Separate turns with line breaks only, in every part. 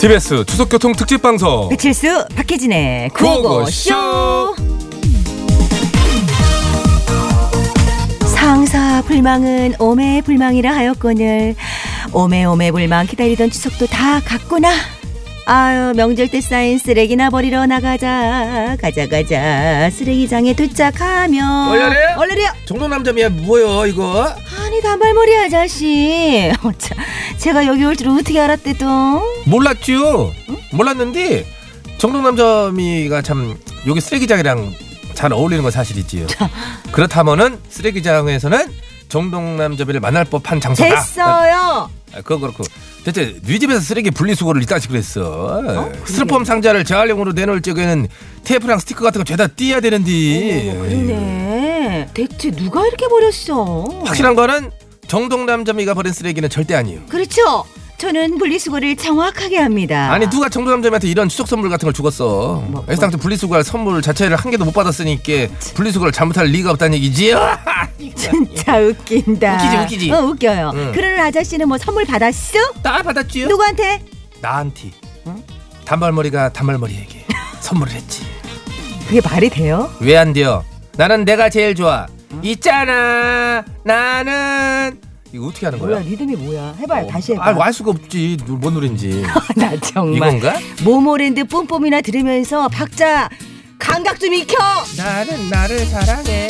TBS 추석교통 특집 방송
배칠수 박혜진의
구호고쇼.
구호고쇼 상사 불망은 오매 불망이라 하였거늘 오매 오매 불망 기다리던 추석도 다 갔구나 아유 명절 때 쌓인 쓰레기나 버리러 나가자 가자 가자 쓰레기장에 도착하면
얼른해?
얼른해요
종로남점이야 뭐요 이거?
아니 단발머리 아저씨 어차, 제가 여기 올 줄 어떻게 알았대 또
몰랐죠. 몰랐는데 정동남점이가 참 여기 쓰레기장이랑 잘 어울리는 건 사실이지요. 그렇다면은 쓰레기장에서는 정동남점이를 만날 법한 장소다.
됐어요
아, 그건 그렇고 대체 네 집에서 쓰레기 분리수거를 이따식으로 했어.
그러게.
스티로폼 상자를 재활용으로 내놓을 적에는 테이프랑 스티커 같은 거 죄다 띄야 되는데.
어머, 그러네. 대체 누가 이렇게 버렸어?
확실한 거는 정동남점이가 버린 쓰레기는 절대 아니에요.
그렇죠. 저는 분리수거를 정확하게 합니다.
아니 누가 정동남점한테 이런 추석 선물 같은 걸 주겠어.
뭐.
애당초 분리수거할 선물 자체를 한 개도 못 받았으니까 분리수거를 잘못할 리가 없다는 얘기지.
진짜 웃긴다.
웃기지, 웃기지?
어 웃겨요.
응.
그러는 아저씨는 뭐 선물 받았어?
나 받았지요.
누구한테?
나한테 단발머리가 단발머리에게 선물을 했지.
그게 말이 돼요?
왜 안 돼요? 나는 내가 제일 좋아. 있잖아. 나는 이거 어떻게 하는
뭐야
거야? 어,
리듬이 뭐야? 해봐요 다시 해봐.
아알 수가 없지. 뭔 노래인지.
나 정말
이건가?
모모랜드 뿜뿜이나 들으면서 박자 감각 좀 익혀.
나는 나를 사랑해.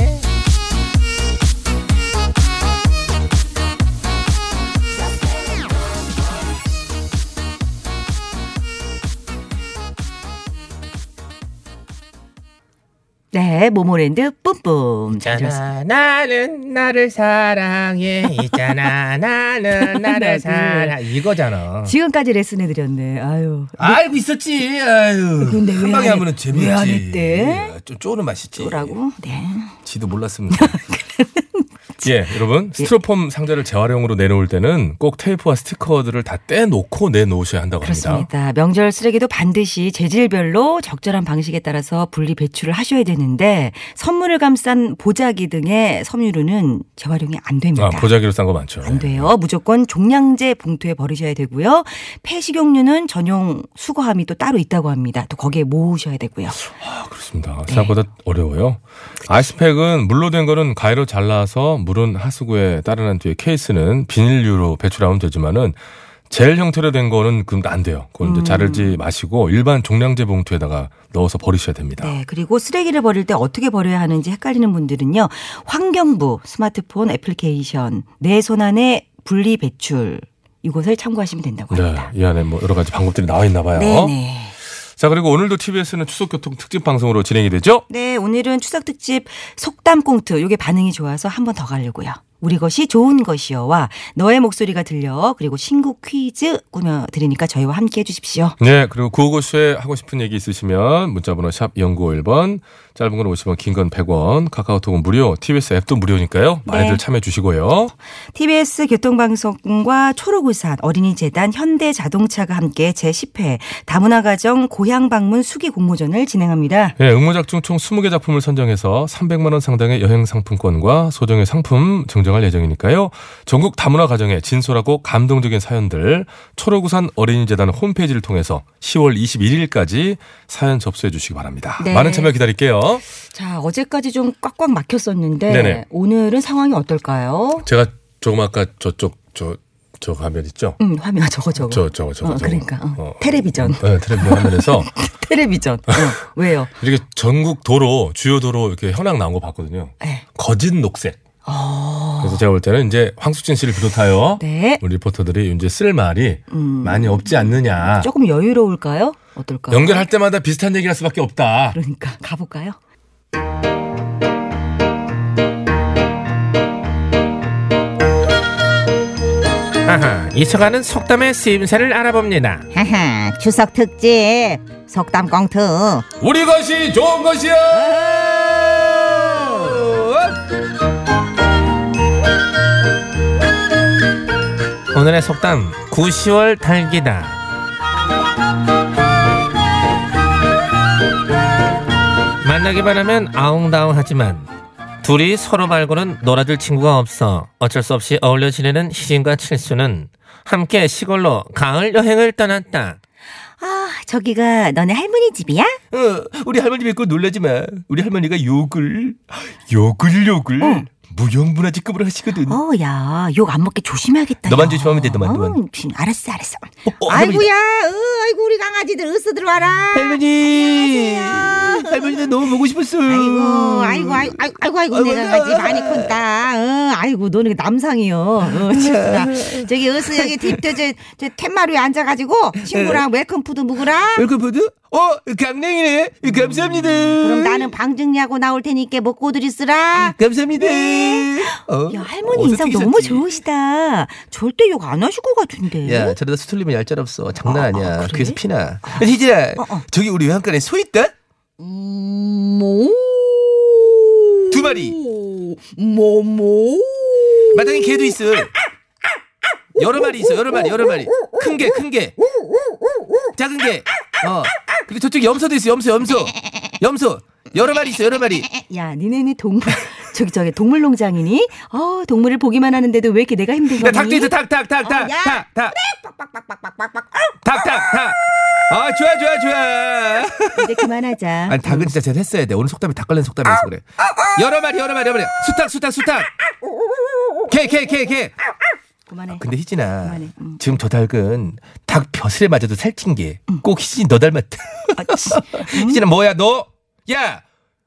네 모모랜드 뿜뿜. 잘 들었습니다.
나는 나를 사랑해 있잖아 나는
나를 사랑-
이거잖아
지금까지 레슨해 드렸네. 아유.
알고 있었지 아유
근데 왜
한 방에
안
하면은
했-
재미없지
왜안 했대?
아,
예, 좀 쪼는 맛이지
뭐라고? 네.
지도 몰랐습니다
예, 여러분 스티로폼 상자를 재활용으로 내놓을 때는 꼭 테이프와 스티커들을 다 떼놓고 내놓으셔야 한다고 합니다.
그렇습니다. 명절 쓰레기도 반드시 재질별로 적절한 방식에 따라서 분리 배출을 하셔야 되는데 선물을 감싼 보자기 등의 섬유류는 재활용이 안 됩니다.
아, 보자기로 싼 거 많죠. 네,
안 돼요. 무조건 종량제 봉투에 버리셔야 되고요. 폐식용류는 전용 수거함이 또 따로 있다고 합니다. 또 거기에 모으셔야 되고요.
아, 그렇습니다.
네.
생각보다 어려워요. 아이스팩은 물로 된 거는 가위로 잘라서 물은 하수구에 따르는 뒤에 케이스는 비닐류로 배출하면 되지만은 젤 형태로 된 거는 그럼 안 돼요. 그건
음.
이제 자르지 마시고 일반 종량제 봉투에다가 넣어서 버리셔야 됩니다.
네, 그리고 쓰레기를 버릴 때 어떻게 버려야 하는지 헷갈리는 분들은요. 환경부 스마트폰 애플리케이션 내 손안에 분리 배출 이곳을 참고하시면 된다고
네, 어?
합니다.
이 안에 뭐 여러 가지 방법들이 나와 있나 봐요.
네네.
자, 그리고 오늘도 TBS는 추석교통 특집 방송으로 진행이 되죠?
네, 오늘은 추석 특집 속담 꽁트. 요게 반응이 좋아서 한 번 더 가려고요. 우리 것이 좋은 것이여와 너의 목소리가 들려 그리고 신곡 퀴즈 꾸며 드리니까 저희와 함께 해 주십시오.
네, 그리고 구호고쇼에 하고 싶은 얘기 있으시면 문자번호 샵 0951번, 짧은 건 50원, 긴 건 100원, 카카오톡은 무료, TBS 앱도 무료니까요. 많이들
네.
참여해 주시고요.
TBS 교통방송과 초록울산 어린이재단 현대자동차가 함께 제10회 다문화 가정 고향 방문 수기 공모전을 진행합니다.
네, 응모작 중 총 20개 작품을 선정해서 300만 원 상당의 여행 상품권과 소정의 상품 증정 방송할 예정이니까요. 전국 다문화 가정의 진솔하고 감동적인 사연들 초록우산 어린이재단 홈페이지를 통해서 10월 21일까지 사연 접수해 주시기 바랍니다.
네.
많은 참여 기다릴게요.
자, 어제까지 좀 꽉꽉 막혔었는데
네네.
오늘은 상황이 어떨까요?
제가 조금 아까 저쪽 저, 저 화면 있죠?
음, 화면 저거 저거.
저, 저거, 저거,
어,
저거.
그러니까 어.
어.
텔레비전.
네, 텔레비전 화면에서
텔레비전. 어, 왜요?
이렇게 전국 도로, 주요 도로 이렇게 현황 나온 거 봤거든요.
네.
거진 녹색.
어.
그래서 제가 볼 때는 이제 황수진 씨를 비롯하여
네.
우리 리포터들이 이제 쓸 말이
음.
많이 없지 않느냐.
아.
조금 여유로울까요? 어떨까요?
연결할 때마다 비슷한 얘기를 할 수밖에 없다.
그러니까 가볼까요?
아하, 이서가는 속담의 쓰임새를 알아봅니다.
하하, 추석 특집 속담 꽁트.
우리 것이 좋은 것이야.
오늘의 속담 9시월 달기다. 만나기만 하면 아웅다웅하지만 둘이 서로 말고는 놀아줄 친구가 없어 어쩔 수 없이 어울려 지내는 희진과 칠수는 함께 시골로 가을 여행을 떠났다.
아, 저기가 너네 할머니 집이야?
어, 우리 할머니 믿고 놀라지 마. 우리 할머니가 욕을 욕을 욕을 무형문화재급으로 하시거든.
어, 야, 욕 안 먹게 조심해야겠다.
음. 너만
야.
조심하면 돼, 너만, 너만.
어, 조심. 알았어, 알았어.
어, 할머니다.
아이고야, 으, 아이고 우리 강아지들 으스 들어와라.
할머니. 할머니도 너무 보고 싶었어요.
아이고, 아이고, 아이고, 아이고, 아이고, 아이고 내가
아이고,
강아지 많이 컸다. 어, 아이고, 너는 남상이여. 어, 진짜. 저기 으스 여기 딥저 저, 저 텐마루에 앉아가지고
네.
친구랑 웰컴푸드 묵으라.
웰컴푸드? 어, 강냉이네. 감사합니다.
그럼 나는 방증리하고 나올 테니까 먹고 들이 쓰라.
감사합니다. 어,
네. 야, 할머니
어디서
인상
튀셨지?
너무 좋으시다. 절대 욕 안 하실 것 같은데.
야, 예, 저러다 수틀리면 얄짤 없어. 장난 아니야.
예? 그래? 어,
그래서 피나. 희진아, 저기 우리 외양간에 소 있다?
뭐?
두 마리.
뭐, 뭐?
마당에 개도 있어.
아,
여러 마리 있어, 여러 마리, 여러 마리. 큰 개, 큰 개. 작은 개. 어. 그리고 저쪽 염소도 있어, 염소, 염소. 염소. 여러 마리 있어, 여러 마리.
야, 니네는 동물, 저기, 저기, 동물농장이니? 어, 동물을 보기만 하는데도 왜 이렇게 내가 힘든 거니?
야, 닭도 있어, 닭, 닭, 닭, 닭,
어, 야.
닭, 닭. 닭, 닭, 닭. 아, 좋아, 좋아, 좋아.
이제 그만하자.
아니, 닭은 진짜 제가 했어야 돼. 오늘 속담이 닭 관련 속담이어서 그래. 여러 마리, 여러 마리, 여러 마리. 수탉, 수탉, 수탉. 개, 개, 개, 개.
그만해.
근데 희진아,
그만해. 음.
지금 저 닭은 닭 벼슬에 맞아도 살찐 게 꼭 희진이 너 닮았다.
아, 치.
희진아 뭐야 너? 야!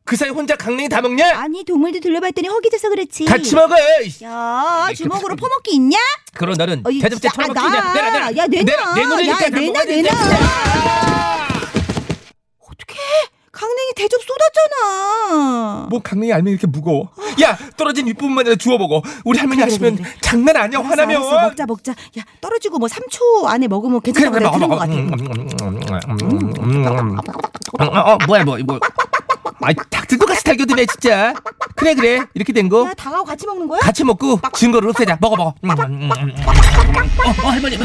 그 사이 혼자 강냉이 다 먹냐?
아니, 동물도 둘러봤더니 허기져서 그렇지.
같이 그 먹어! 이씨.
야, 주먹으로 퍼먹기 있냐?
그럼 너는
어이,
대접제
야,
처먹기
나.
그냥 내놔 내놔
야, 내놔.
내놓으니까
야,
다
내놔,
먹어야 돼.
내놔.
어떡해.
강냉이 대접 쏟았잖아.
뭐 강냉이 알맹이 이렇게 무거워 야 떨어진 윗부분만이라도 주워먹어 우리 할머니
그래,
하시면
그래, 그래.
장난 아니야 뭐 화나면
알았어, 뭐 먹자, 먹자. 야, 떨어지고 뭐 3초 안에 먹으면
그래
괜찮다고
그래
내가
먹어
들은 것
먹어
같아.
음, 음, 음, 음, 음. 어, 어, 어, 뭐야 뭐야 뭐 아이 닭 들고 같이 달겨드네 진짜 그래 그래 이렇게 된 거
야, 닭하고 같이 먹는 거야?
같이 먹고 증거를 없애자 먹어 먹어 음, 음, 음, 음. 어, 어 할머니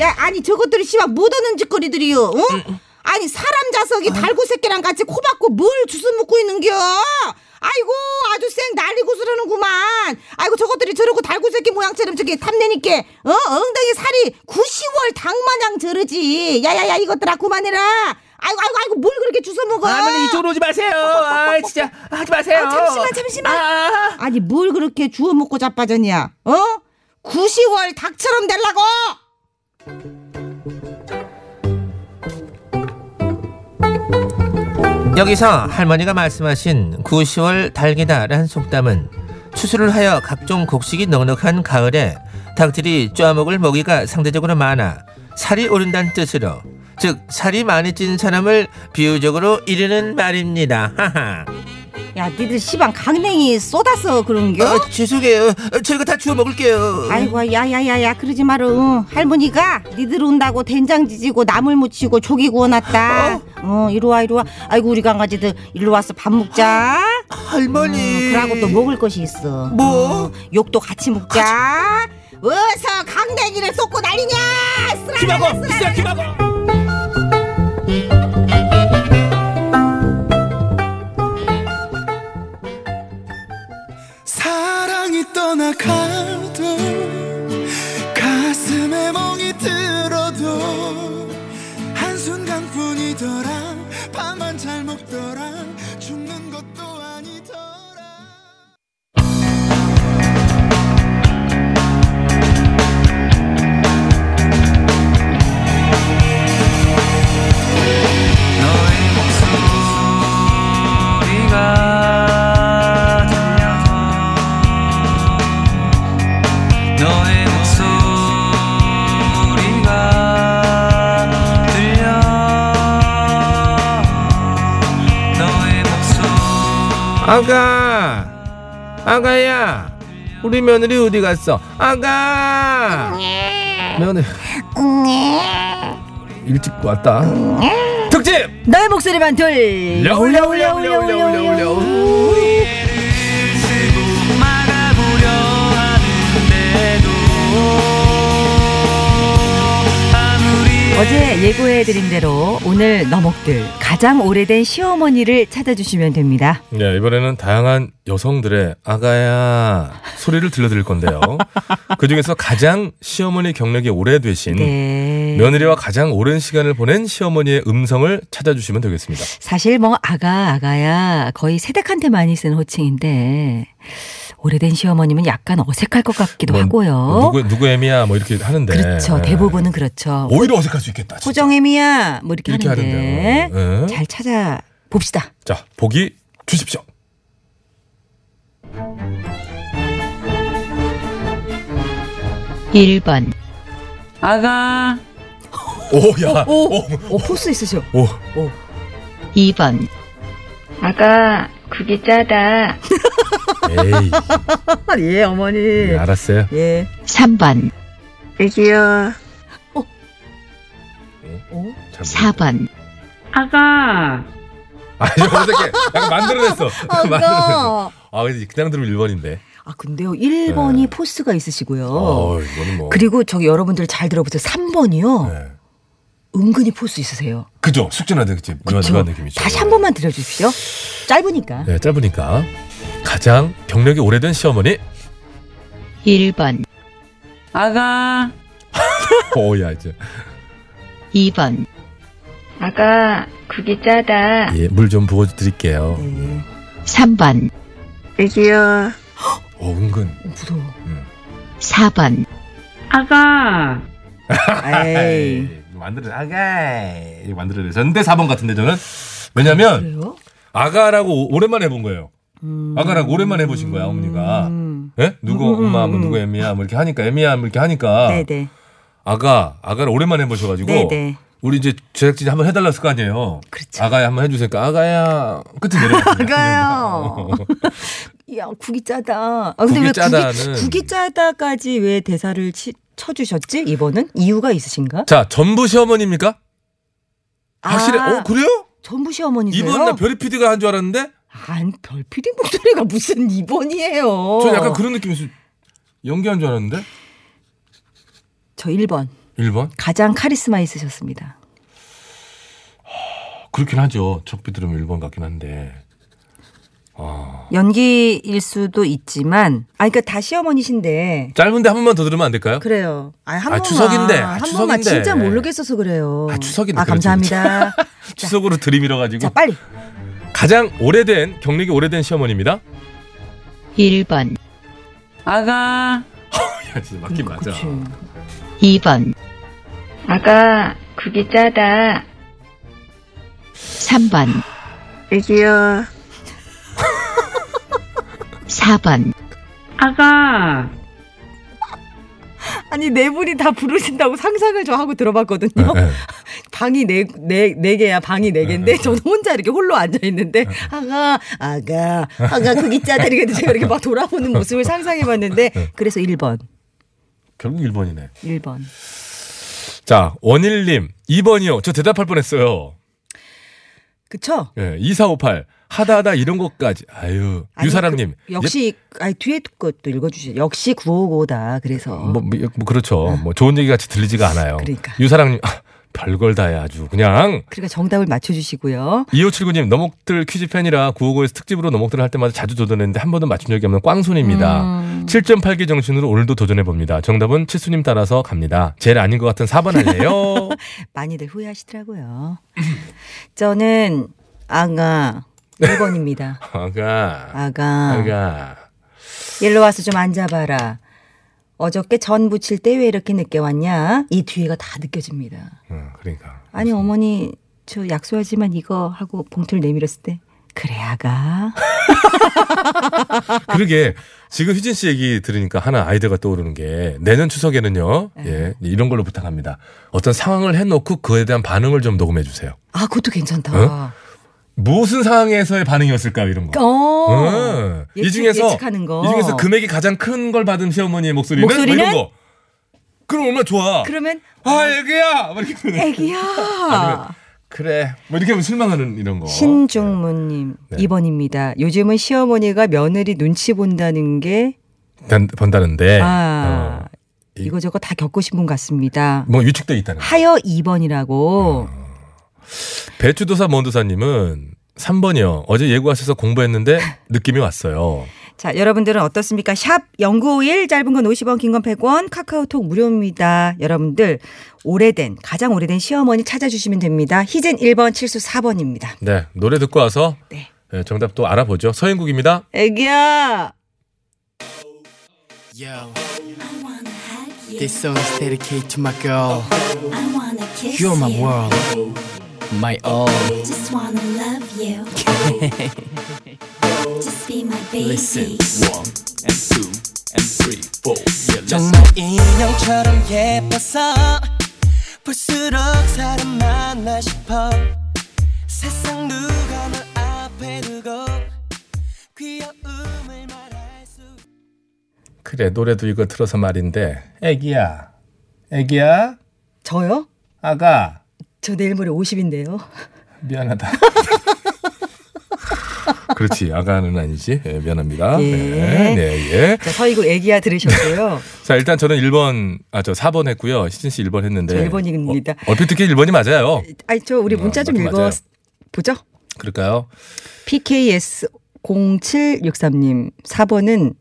야, 아니 저것들이 씨발 묻어는 짓거리들이요. 어? 아니 사람
어.
자석이 달구 새끼랑 같이 코 박고 뭘 주워 먹고 있는겨? 아이고 아주 쌩 난리 구슬하는구만. 아이고 저것들이 저러고 달구 새끼 모양처럼 저기 탐내니께 어 엉덩이 살이 9시월 닭마냥 저러지. 야야야 이것들아 그만해라. 아이고 아이고 아이고 뭘 그렇게 주워 먹어?
할머니 음. 이쪽으로 오지 마세요. 아 진짜 하지 마세요.
아, 잠시만, 잠시만.
아,
아니 뭘 그렇게 주워 먹고 자빠졌냐? 어? 9시월 닭처럼 되려고.
여기서 할머니가 말씀하신 9시월 달기다라는 속담은 추수를 하여 각종 곡식이 넉넉한 가을에 닭들이 쪼아먹을 먹이가 상대적으로 많아 살이 오른다는 뜻으로 즉 살이 많이 찐 사람을 비유적으로 이르는 말입니다. 하하.
야 니들 씨발 강냉이 쏟아서 그런겨?
어, 죄송해요. 어, 저희가 다 주워 먹을게요.
아이고 야야야야 그러지 마라 응. 할머니가 니들 온다고 된장 지지고 나물 무치고 조기 구워놨다 어, 이리와 이리와 아이고 우리 강아지들 일로 와서 밥 먹자
할머니.
그러고 또 먹을 것이 있어
뭐?
어, 욕도 같이 먹자 어서 강냉이를 쏟고 날리냐
김하고 비싸 김하고 사랑이 떠나가
잘 먹더라 죽는 것도 아니더라
아가 아가야 우리 며느리 어디 갔어 아가 며느리 일찍 왔다 특집
너의 목소리만 들 어제 예고해드린 대로 오늘 너목들 가장 오래된 시어머니를 찾아주시면 됩니다.
네, 이번에는 다양한 여성들의 아가야 소리를 들려드릴 건데요. 그 중에서 가장 시어머니 경력이 오래되신
네.
며느리와 가장 오랜 시간을 보낸 시어머니의 음성을 찾아주시면 되겠습니다.
사실 뭐 아가 아가야 거의 세댁한테 많이 쓰는 호칭인데 오래된 시어머님은 약간 어색할 것 같기도
뭐,
하고요.
누구 누구 애미야 뭐 이렇게 하는데
그렇죠.
예.
대부분은 그렇죠.
오히려 어색할 수 있겠다. 진짜.
호정애미야 뭐 이렇게,
이렇게
하는데
하는데요. 예.
잘 찾아 봅시다.
자 보기 주십시오.
아가
오야
오,
오.
오 어, 포스 있으셔.
오.
2번
아가 국이 짜다.
에이
예 어머니.
네, 알았어요.
예.
3번
애기야.
잘
4번
아가.
아 이거 어색해. 약간 만들어냈어. 만들어냈어.
아가.
아 근데 그냥 들으면 1번인데.
아 근데요 1번이
네.
포스가 있으시고요.
어 이거는 뭐.
그리고 저기 여러분들 잘 들어보세요. 3번이요.
네.
은근히 포스 있으세요.
그죠 숙제나들 그치
그쵸?
묘한 느낌이죠.
다시 한 번만 들려주십시오. 짧으니까.
네, 짧으니까 가장 경력이 오래된 시어머니.
1번 아가
오야 이제
2번
아가 국이
아.
짜다.
예, 물 좀 부어드릴게요.
네.
3번
애기야.
어 은근.
어, 무서워.
음.
4번
아가.
에이.
예, 만들어 아가 이거 만들어내셨는데 4번 같은데 저는 왜냐면
그래요?
아가라고 오- 오랜만에 해본 거예요. 아가라고 오랜만에 해보신 거야 어머니가. 예? 누구
음, 음,
엄마 뭐
음.
누구 애미야 뭐 이렇게 하니까 애미야 뭐 이렇게 하니까
네네.
아가 아가를 오랜만에 해보셔가지고
네네.
우리 이제 제작진이 한번 해달랐을 거 아니에요.
그렇죠.
아가야 한번 해주세요. 아가야 끝에 내려.
아가요. 야, 국이 짜다. 아, 근데
국이
왜
짜다는-
국이, 국이 짜다까지 왜 대사를 치, 쳐주셨지? 이번은? 이유가 있으신가?
자 전부 시어머니입니까? 확실해.
아,
어 그래요?
전부 시어머니세요?
이번 나 별이 PD가 한 줄 알았는데
안, 별피디 목소리가 무슨 2번이에요.
저 약간 그런 느낌이었어. 연기한 줄 알았는데
저 1번.
1번
가장 카리스마 있으셨습니다.
어, 그렇긴 하죠. 적비 들으면 1번 같긴 한데
연기일 수도 있지만, 아, 그러니까 다 시어머니신데,
짧은데 한 번만 더 들으면 안 될까요?
그래요. 아, 한
아,
번만.
추석인데, 아,
한
추석인데.
번만 진짜 모르겠어서 그래요.
아, 추석인데,
아, 감사합니다.
추석으로 들이밀어
자,
가지고
빨리.
가장 오래된 경력이 오래된 시어머니입니다.
1번 아가
야, 진짜 맞긴 맞아. 어?
그치.
2번
아가 국이 짜다.
3번
애기야.
4번
아가.
아니, 네 분이 다 부르신다고 상상을 저 하고 들어봤거든요.
예, 예.
방이 네, 네, 네 개야, 방이 네 개인데, 저는 혼자 이렇게 홀로 앉아있는데,
네.
아가, 아가, 아가, 그기 있잖아. 이렇게 제가 이렇게 막 돌아보는 모습을 상상해봤는데,
네.
그래서 1번,
결국 1번이네.
1번.
자 원일님 2번이요. 저 대답할 뻔했어요.
그쵸?
예, 2458 하다하다 이런 것까지 아유
아니,
유사랑님 예,
그- 역시, 아니, 뒤에 것도 읽어주시죠. 역시 955다. 그래서.
뭐, 뭐, 뭐 그렇죠. 뭐 좋은 얘기 같이 들리지가 않아요.
그러니까.
유사랑님 아, 별걸 다해 아주 그냥.
그러니까 정답을 맞춰주시고요.
2579님 너목들 퀴즈 팬이라 955에서 특집으로 너목들 할 때마다 자주 도전했는데 한 번도 맞춘 적이 없는 꽝손입니다.
음.
7.8개 정신으로 오늘도 도전해 봅니다. 정답은 치수님 따라서 갑니다. 제일 아닌 것 같은 4번 할래요.
많이들 후회하시더라고요. 저는 아가 1번입니다.
아가.
아가.
아가.
일로 와서 좀 앉아봐라. 어저께 전 부칠 때 왜 이렇게 늦게 왔냐? 이 뒤에가 다 느껴집니다.
응, 그러니까.
아니 어머니 저 약속하지만 이거 하고 봉투를 내밀었을 때 그래 아가. 아.
그러게 지금 휘진 씨 얘기 들으니까 하나 아이디어가 떠오르는 게 내년 추석에는요.
네.
예. 이런 걸로 부탁합니다. 어떤 상황을 해놓고 그에 대한 반응을 좀 녹음해 주세요.
아 그것도 괜찮다.
무슨 상황에서의 반응이었을까 이런 거.
어.
응. 이
예측-
중에서
예측하는 거.
이 중에서 금액이 가장 큰 걸 받은 시어머니의 목소리는, 뭐
목소리는?
이런 거. 그럼 얼마나 좋아.
그러면
아 애기야. 막 이렇게 부르네.
애기야.
그래. 뭐 이렇게 하면 실망하는 이런 거.
신중무님
네.
2번입니다. 요즘은 시어머니가 며느리 눈치 본다는 게
단- 번다는데.
아,
네. 어, 이-
이거 저거 다 겪으신 분 같습니다.
뭐 위축돼 있다는. 거.
하여 2번이라고
어. 배추도사 먼도사님은 3번이요. 어제 예고하셔서 공부했는데 느낌이 왔어요.
자, 여러분들은 어떻습니까? 샵 0951, 짧은 건 50원, 긴 건 100원, 카카오톡 무료입니다. 여러분들, 오래된, 가장 오래된 시어머니 찾아주시면 됩니다. 희진 1번, 칠수 4번입니다.
네, 노래 듣고 와서
네.
예, 정답 또 알아보죠. 서인국입니다.
애기야!
Yo, this song is dedicated to my girl. You're my world, my all.
Just wanna love you. Just be my baby.
Listen, one and two and three, four. Yeah, 정말
인형처럼 예뻐서 볼수록 사람 만나 싶어 세상 누가 널 앞에 두고 귀여움을 말할 수
그래, 노래도 이거 틀어서 말인데. 애기야. 애기야.
저요?
아가.
저 내일 모레 50인데요.
미안하다. 그렇지. 아가는 아니지. 예, 미안합니다.
예.
네, 네, 예.
자, 서이구 애기야 들으셨고요.
자, 일단 저는 1번, 아, 저 4번 했고요. 시진 씨 1번 했는데. 어,
저 1번입니다. 어,
얼핏 듣기 1번이 맞아요.
아니, 저 우리 문자 좀
음, 맞긴
읽어
맞아요.
보죠.
그럴까요?
PKS0763님, 4번은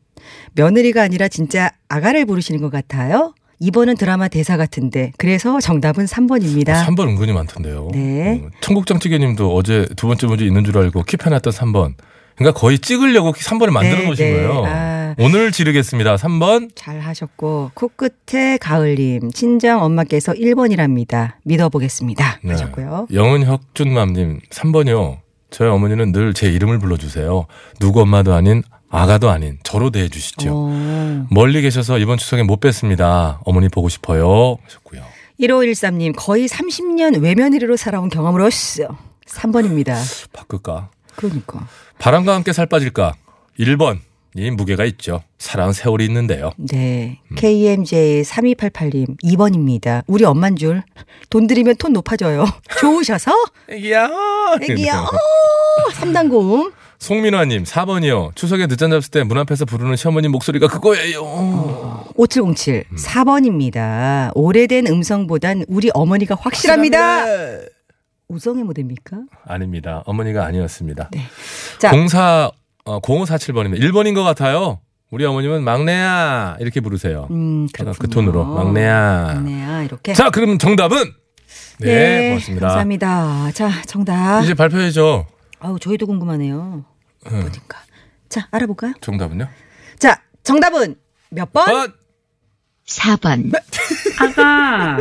며느리가 아니라 진짜 아가를 부르시는 것 같아요. 2번은 드라마 대사 같은데. 그래서 정답은 3번입니다.
3번 은근히 많던데요.
네.
어, 청국장찌개님도 어제 두 번째 문제 있는 줄 알고 킵해놨던 3번. 그러니까 거의 찍으려고 3번을 만들어
네,
놓으신
네.
거예요.
아.
오늘 지르겠습니다. 3번.
잘 하셨고, 코끝에 가을님, 친정 엄마께서 1번이랍니다. 믿어보겠습니다.
네.
하셨고요.
영은 혁준맘님 3번이요. 저희 어머니는 늘 제 이름을 불러주세요. 누구 엄마도 아닌 아가도 아닌 저로 대해 주시죠.
어.
멀리 계셔서 이번 추석에 못 뵀습니다. 어머니 보고 싶어요. 하셨고요.
1513님, 거의 30년 외면이로 살아온 경험으로써 3번입니다.
바꿀까?
그러니까.
바람과 함께 살 빠질까? 1번. 이 무게가 있죠. 살아온 세월이 있는데요.
네.
음.
KMJ3288님, 2번입니다. 우리 엄만 줄. 돈 들이면 톤 높아져요. 좋으셔서,
애기야. 네,
애기야, 어, 3단 고음.
송민화님 4번이요. 추석에 늦잠 잤을 때 문 앞에서 부르는 시어머니 목소리가 그거예요.
5707,
음.
4번입니다. 오래된 음성보단 우리 어머니가 확실합니다. 우성의 모델입니까?
아닙니다. 어머니가 아니었습니다.
네. 자,
04 어, 0547번입니다. 1번인 것 같아요. 우리 어머님은 막내야 이렇게 부르세요.
음,
아까
그렇군요.
그 톤으로 막내야.
막내야, 이렇게.
자, 그럼 정답은 네,
예,
고맙습니다.
감사합니다. 자, 정답.
이제 발표해줘.
아우, 저희도 궁금하네요.
응,
보니까. 자, 알아볼까요?
정답은요?
자, 정답은 몇 번?
아,
4번,
아가,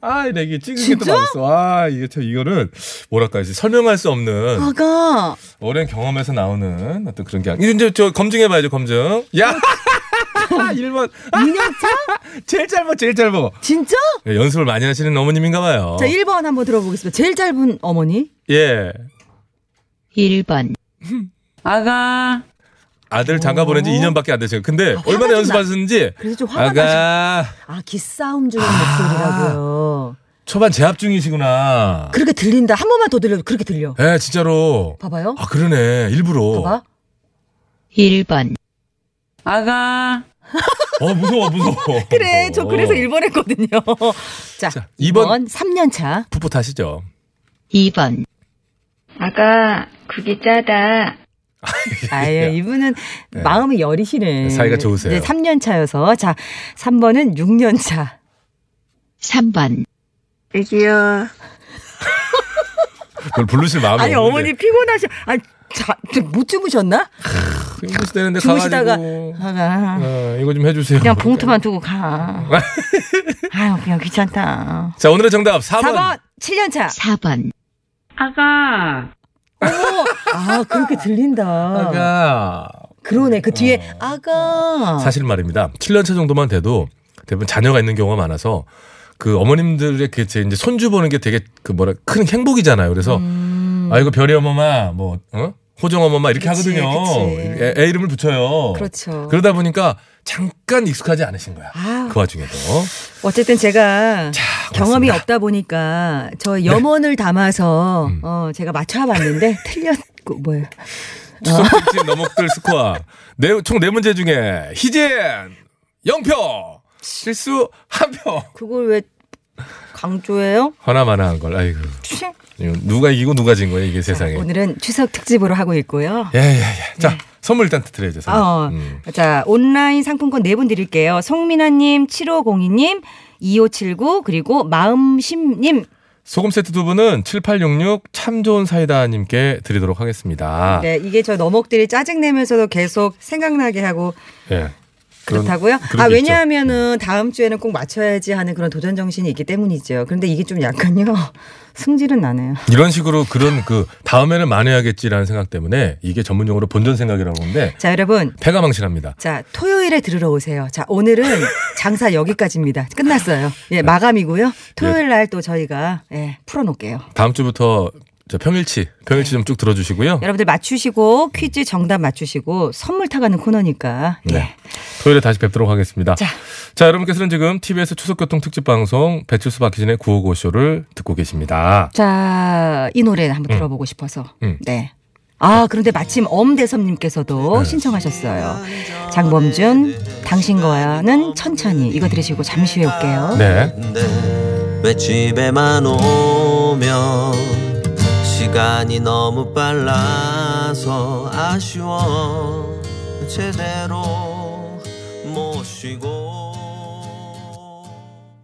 아, 내게 찍은
진짜?
게또 많았어. 아, 이게 참 이거는 뭐랄까 이제 설명할 수 없는
아가.
오랜 경험에서 나오는 어떤 그런 게 아니- 이제 저 검증해 봐야죠, 검증. 야. 1번. 2년차? 제일 짧아, 제일 짧아.
진짜?
예, 연습을 많이 하시는 어머님인가 봐요.
자, 1번 한번 들어보겠습니다. 제일 짧은 어머니.
예.
1번,
아가,
아들 장가 보낸 지 2년밖에 안 됐어요. 근데 얼마나
좀
연습하셨는지
그래서 좀 화가 나시
아가
아, 기싸움 중인 목소리라고요.
초반 제압 중이시구나.
그렇게 들린다. 한 번만 더 들려. 그렇게 들려.
예, 진짜로.
봐봐요.
아, 그러네. 일부러.
봐봐.
1번,
아가,
어, 무서워, 어. 무서워.
그래, 저 그래서 1번 했거든요. 자,
자,
이
2번.
2번 3년 차.
풋풋 하시죠.
2번,
아가, 그게 짜다.
아유, 이분은
네.
마음이 여리시네.
사이가 좋으세요.
네, 3년 차여서. 자, 3번은 6년 차.
3번,
애기야,
그걸 부르실 마음이
아니
없는데.
어머니 피곤하셔. 아니 자, 못 주무셨나?
힘드시 되는데
주무시다가
가가지고
아가
어, 이거 좀 해주세요.
그냥 봉투만 두고 가. 아유 그냥 귀찮다.
자 오늘의 정답 4번.
4번 7년차.
4번.
아가. 오, 아 그렇게 들린다.
아가.
그러네 그 뒤에 아가.
사실 말입니다. 7년차 정도만 돼도 대부분 자녀가 있는 경우가 많아서 그 어머님들의 그 제- 이제 손주 보는 게 되게 그 뭐라 큰 행복이잖아요. 그래서 아 이거 별이 엄마마 뭐 어? 호정 엄마마 이렇게
음. 그치,
하거든요.
그치.
애, 애 이름을 붙여요.
그렇죠.
러다 보니까 잠깐 익숙하지 않으신 거야.
아.
그 와중에도
어쨌든 제가 경험이 없다 네. 보니까 저 염원을 담아서 어, 제가 맞춰봤는데 틀렸고 그 뭐예요?
수성집 너목들 스코어 네총네 문제 중에 희진 0표 실수 한 표.
그걸 왜 강조해요?
하나마나한 걸 아이고 이거 누가 이기고 누가 진 거예요 이게 세상에.
오늘은 추석 특집으로 하고 있고요.
예예예. 자 선물 일단 드려야죠. 선물. 음.
어, 자 온라인 상품권 네 분 드릴게요. 송민아님, 7502님, 2579 그리고 마음심님
소금 세트 두 분은 7866 참 좋은 사이다님께 드리도록 하겠습니다.
네, 이게 저 너목들이 짜증내면서도 계속 생각나게 하고
예. 그런-
그렇다고요?
그런
아,
게
왜냐하면은 다음 주에는 꼭 맞춰야지 하는 그런 도전 정신이 있기 때문이죠. 그런데 이게 좀 약간요. 승질은 나네요.
있죠. 이런 식으로 그런 그 다음에는 만회하겠지라는 생각 때문에 이게 전문용어로 본전 생각이라고 하는데
자, 여러분.
패가 망신합니다.
자, 토요일에 들으러 오세요. 자, 오늘은 장사 여기까지입니다. 끝났어요.
네.
예, 마감이고요. 토요일 날 또 저희가 예, 풀어놓을게요.
다음 주부터 저 평일치 평일치 좀 쭉 들어주시고요.
여러분들 맞추시고 퀴즈 정답 맞추시고 선물 타가는 코너니까 예.
네. 토요일에 다시 뵙도록 하겠습니다. 자. 여러분께서는 지금 TBS 추석교통 특집 방송 배칠수 박희진의 955쇼를 듣고 계십니다.
자, 이 노래 한번
음.
들어보고 싶어서.
음.
네. 아, 그런데 마침 엄대섭님께서도
네.
신청하셨어요. 장범준, 당신과는 천천히. 이거 들으시고 잠시 후에 올게요.
네.
왜 집에만 오면 시간이 너무 빨라서 아쉬워 제대로 못 쉬고